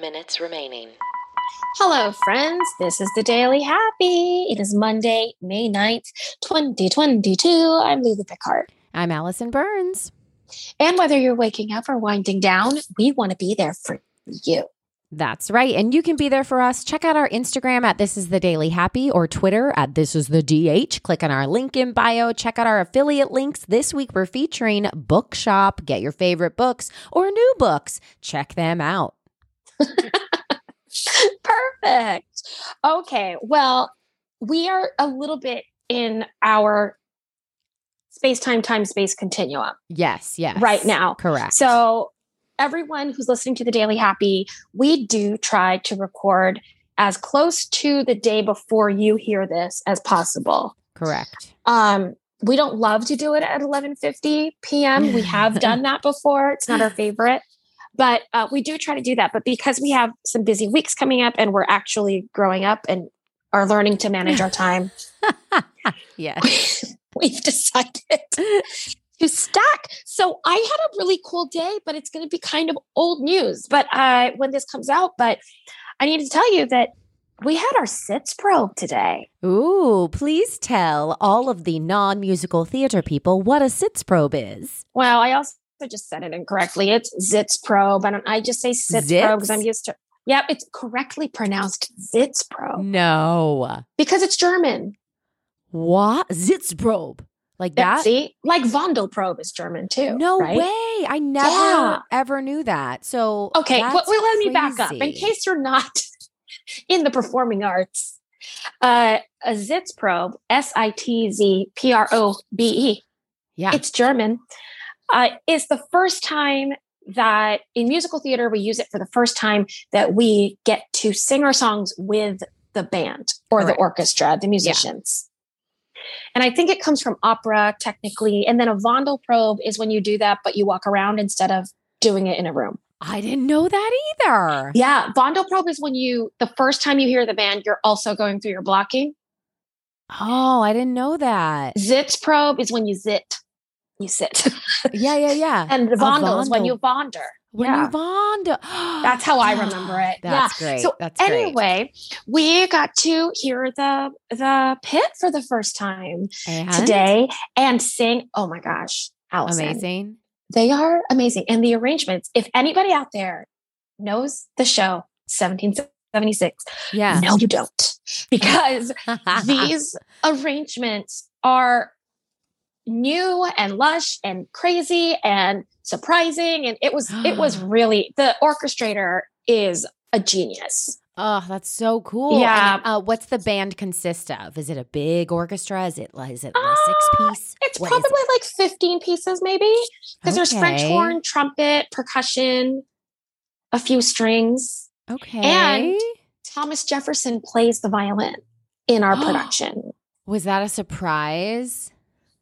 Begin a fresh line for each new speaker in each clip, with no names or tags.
minutes remaining.
Hello, friends. This is the Daily Happy. It is Monday, May 9th, 2022. I'm Lulu Picard.
I'm Allison Burns.
And whether you're waking up or winding down, we want to be there for you.
That's right. And you can be there for us. Check out our Instagram at This Is The Daily Happy or Twitter at This Is The DH. Click on our link in bio. Check out our affiliate links. This week we're featuring Bookshop. Get your favorite books or new books. Check them out.
Perfect. Okay. Well, we are a little bit in our space time, time space continuum
Yes, yes.
right now.
Correct.
So, everyone who's listening to the Daily Happy, we do try to record as close to the day before you hear this as possible.
correct.
Um, we don't love to do it at 11:50 p.m. We have done that before. It's not our favorite, but uh, we do try to do that. But because we have some busy weeks coming up, and we're actually growing up and are learning to manage our time,
Yes.
we've decided to stack. So I had a really cool day, but it's going to be kind of old news. But uh, when this comes out, but I need to tell you that we had our SITS probe today.
Ooh, please tell all of the non musical theater people what a SITS probe is.
Well, I also just said it incorrectly. It's Zits probe. I don't. I just say SITS
Zits?
probe because I'm used to. Yep, it's correctly pronounced Zits probe
No.
because it's German.
What? SITS probe. Like that?
See, like Vondel probe is German too.
No
right?
way. I never
Yeah.
ever knew that. So
Okay, well,
that's
well, let me back up in
crazy.
case you're not in the performing arts. Uh, a Zitz probe, S I T Z P R O B E,
Yeah.
it's German, uh, is the first time that in musical theater we use it for the first time that we get to sing our songs with the band or
Correct.
the orchestra, the musicians. And I think it comes from opera technically. And then a Vondel probe is when you do that, but you walk around instead of doing it in a room.
I didn't know that either.
Yeah, Vondel probe is when you the first time you hear the band, you're also going through your blocking.
Oh, I didn't know that.
Zitz probe is when you zit, you sit,
Yeah, yeah, yeah.
and the Vondel is when
Vondel.
you vonder.
when
yeah.
you bond. That's
how I remember it.
That's great.
So
That's great.
anyway, we got to hear the the pit for the first time
And
today and sing. Oh my gosh, Allison,
Amazing.
they are amazing, and the arrangements. If anybody out there knows the show 1776,
Yeah.
no, you don't, because these arrangements are new and lush and crazy and surprising and it was it was really the orchestrator is a genius
Oh, that's so cool. And,
Yeah.
uh, what's the band consist of? Is it a big orchestra? Is it like is it a
Uh,
six piece?
it's probably like 15 pieces maybe because there's french horn trumpet percussion a few strings
Okay.
and- thomas jefferson plays the violin in our production
was that a surprise?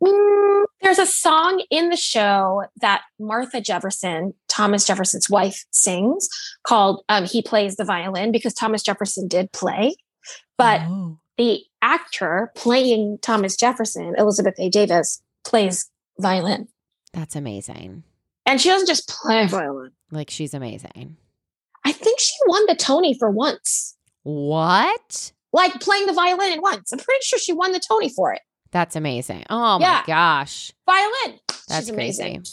Mm, there's a song in the show that Martha Jefferson, Thomas Jefferson's wife, sings called um, He Plays the Violin because Thomas Jefferson did play. But
Oh.
the actor playing Thomas Jefferson, Elizabeth A. Davis, plays violin.
that's amazing.
And she doesn't just play violin.
Like she's amazing.
I think she won the Tony for once,
What?
like playing the violin once. I'm pretty sure she won the Tony for it.
That's amazing. Oh my
Yeah.
gosh.
Violin.
That's
She's
crazy.
amazing.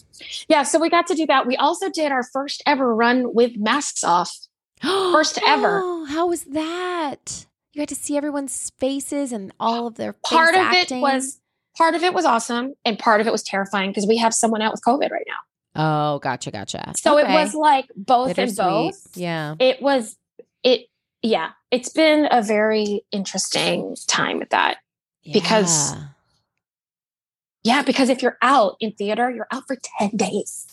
Yeah, so we got to do that. We also did our first ever run with masks off. First ever.
Oh, how was that? You had to see everyone's faces and all of their face
part of
acting.
it was part of it was awesome and part of it was terrifying because we have someone out with covid right now
Oh, gotcha, gotcha.
so it
Okay.
was like both and
Bittersweet.
both
Yeah.
it was it yeah it's been a very interesting time with that Because-
Yeah.
yeah because if you're out in theater you're out for 10 days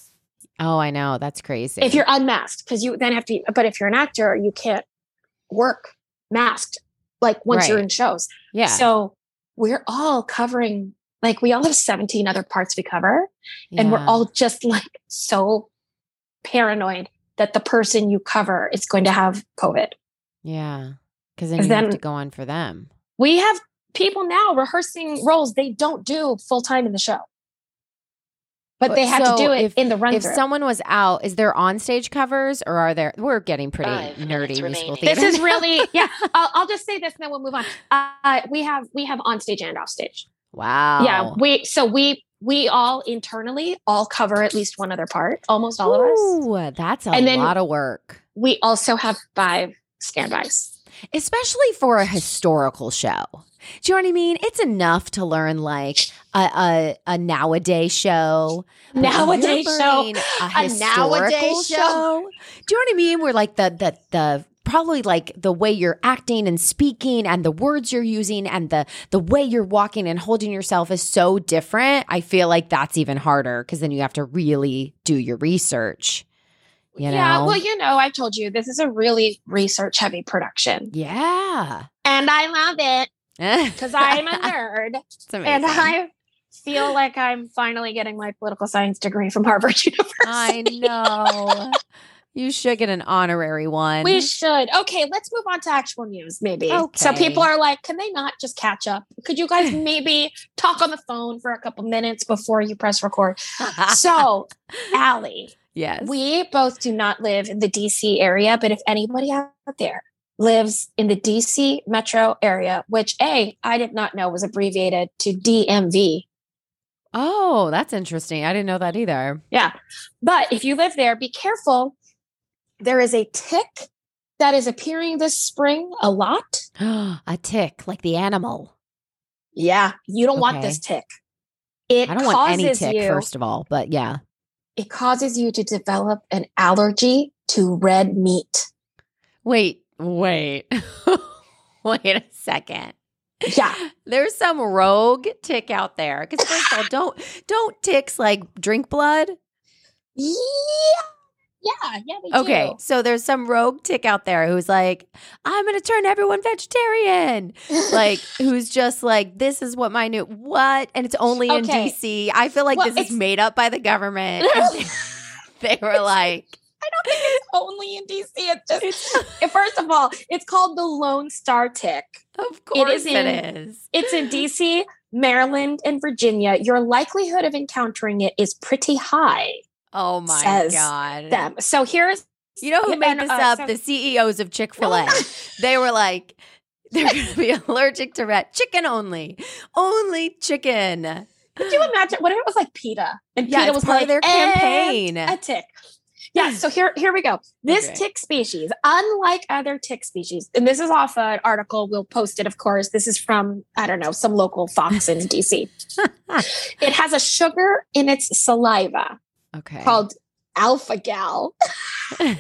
Oh, I know. That's crazy.
if you're unmasked because you then have to but if you're an actor you can't work masked like once you're
Right.
in shows
yeah.
so we're all covering like we all have 17 other parts we cover and we're
Yeah.
all just like so paranoid that the person you cover is going to have covid
Yeah. Because then
'Cause
you have
then-
to go on for them.
we have people now rehearsing roles they don't do full-time in the show but they had
So
to do it
if-
in the run
if
through.
someone was out, is there on stage covers or are there? We're getting pretty
Five minutes
nerdy musical
remaining.
theater.
this is really yeah. I'll, I'll just say this, and then we'll move on. Uh, we have we have on stage and off stage.
wow.
Yeah, we so we we all internally all cover at least one other part. Almost all of us.
Ooh, that's a
And then-
lot of work,
We also have five standbys.
especially for a historical show. Do you know what I mean? It's enough to learn like a a, a nowadays show. but when you're
Nowadays, so
learning a
a
historical
nowadays
show.
show.
Do you know what I mean? Where like the the the probably like the way you're acting and speaking and the words you're using and the the way you're walking and holding yourself is so different. I feel like that's even harder because then you have to really do your research. You
yeah.
know?
Well, you know, I told you this is a really research heavy production,
yeah.
and I love it
Because
because I'm a nerd and I. Feel like I'm finally getting my political science degree from Harvard University.
I know. you should get an honorary one.
We should. Okay, let's move on to actual news, maybe. So
Mm-hmm. Okay.
people are like, can they not just catch up? Could you guys maybe talk on the phone for a couple minutes before you press record? So, Allie,
yes.
we both do not live in the DC area, but if anybody out there lives in the DC metro area, which A, I did not know was abbreviated to DMV.
oh, that's interesting. I didn't know that either.
But if you live there, be careful. There is a tick that is appearing this spring a lot.
a tick, like the animal.
Yeah, you don't want
Okay.
this tick. It
I don't
causes
want any tick,
you.
first of all, but yeah.
It causes you to develop an allergy to red meat.
Wait, wait. wait a second.
Yeah,
There's some rogue tick out there. Because first of all, don't don't ticks like drink blood.
yeah, yeah, yeah. They
Okay, so there's some rogue tick out there who's like, I'm gonna turn everyone vegetarian.
do.
like who's just like this is what my new what and it's only in
Okay.
dc i feel like
Well,
this is
it's-
made up by the government And they, they were like
only in DC. It's just first of all, it's called the Lone Star tick.
of
It
course
is
it is,
in- It's in DC, Maryland, and Virginia. Your likelihood of encountering it is pretty high.
oh my
says
god
Them. So here's
you know who
And,
made this
uh,
up
so-
the ceos of chick-fil-a they were like they're gonna be allergic to rat chicken only only chicken
Could you imagine what if it was like PETA? And
yeah
PETA
it's
was
part
like,
of their
"And
campaign
a tick. Yeah, so here, here we go. This
Okay.
tick species, unlike other tick species, and this is off an article, we'll post it, of course. This is from, I don't know, some local fox in DC. it has a sugar in its saliva
okay
called alpha gal. and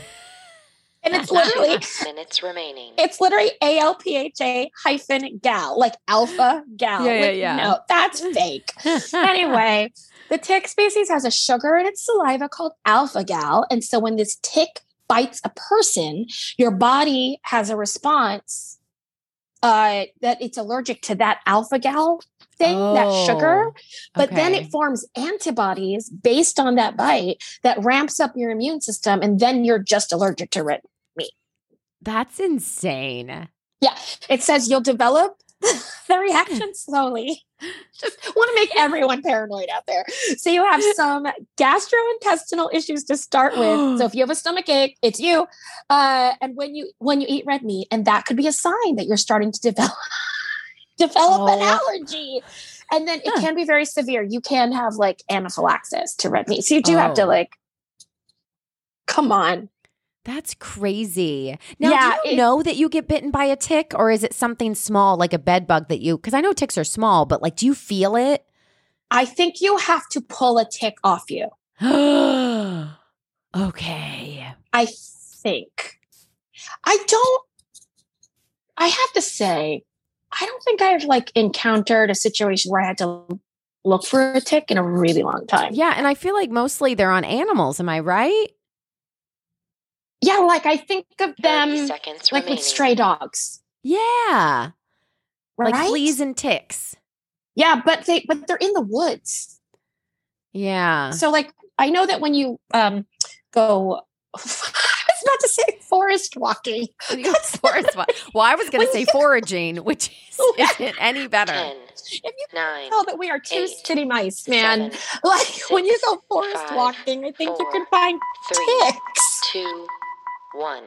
it's literally,
minutes remaining.
it's literally A L P H A hyphen gal, like alpha gal.
Yeah, yeah,
Like,
yeah.
No, that's fake anyway, the tick species has a sugar in its saliva called alpha gal. And so when this tick bites a person, your body has a response uh, that it's allergic to that alpha gal thing, that sugar.
Oh,
But then
okay.
it forms antibodies based on that bite that ramps up your immune system. And then you're just allergic to it.
that's insane
It says you'll develop.
Hmm.
The reaction slowly. Just want to make everyone paranoid out there. So you have some gastrointestinal issues to start with. So if you have a stomach ache, it's you. Uh, and when you when you eat red meat, and that could be a sign that you're starting to develop develop an
Oh.
allergy. And then it
Huh.
can be very severe. You can have like anaphylaxis to red meat. So you do have to
Oh.
like, come on.
That's crazy. Now,
Yeah,
do you
it-
know that you get bitten by a tick, or is it something small like a bed bug that you? Because I know ticks are small, but like, do you feel it?
I think you have to pull a tick off you.
okay.
I think. I don't. I have to say, I don't think I've like encountered a situation where I had to look for a tick in a really long time.
Yeah, and I feel like mostly they're on animals. Am I right?
Yeah, like I think of
30
them
seconds
like
remaining.
with stray dogs,
Yeah,
right?
like fleas and ticks.
Yeah, but they but they're in the woods.
Yeah.
So like I know that when you um go I was was about to say forest walking.
That's forest walk. Well, I was going to say foraging, which is, isn't any better.
Ten,
If you
nine,
tell that we are two
Eight,
city mice, Oh, man,
seven,
like when you
six,
go forest
five,
walking, I think you
four,
can find
three,
ticks.
two, one.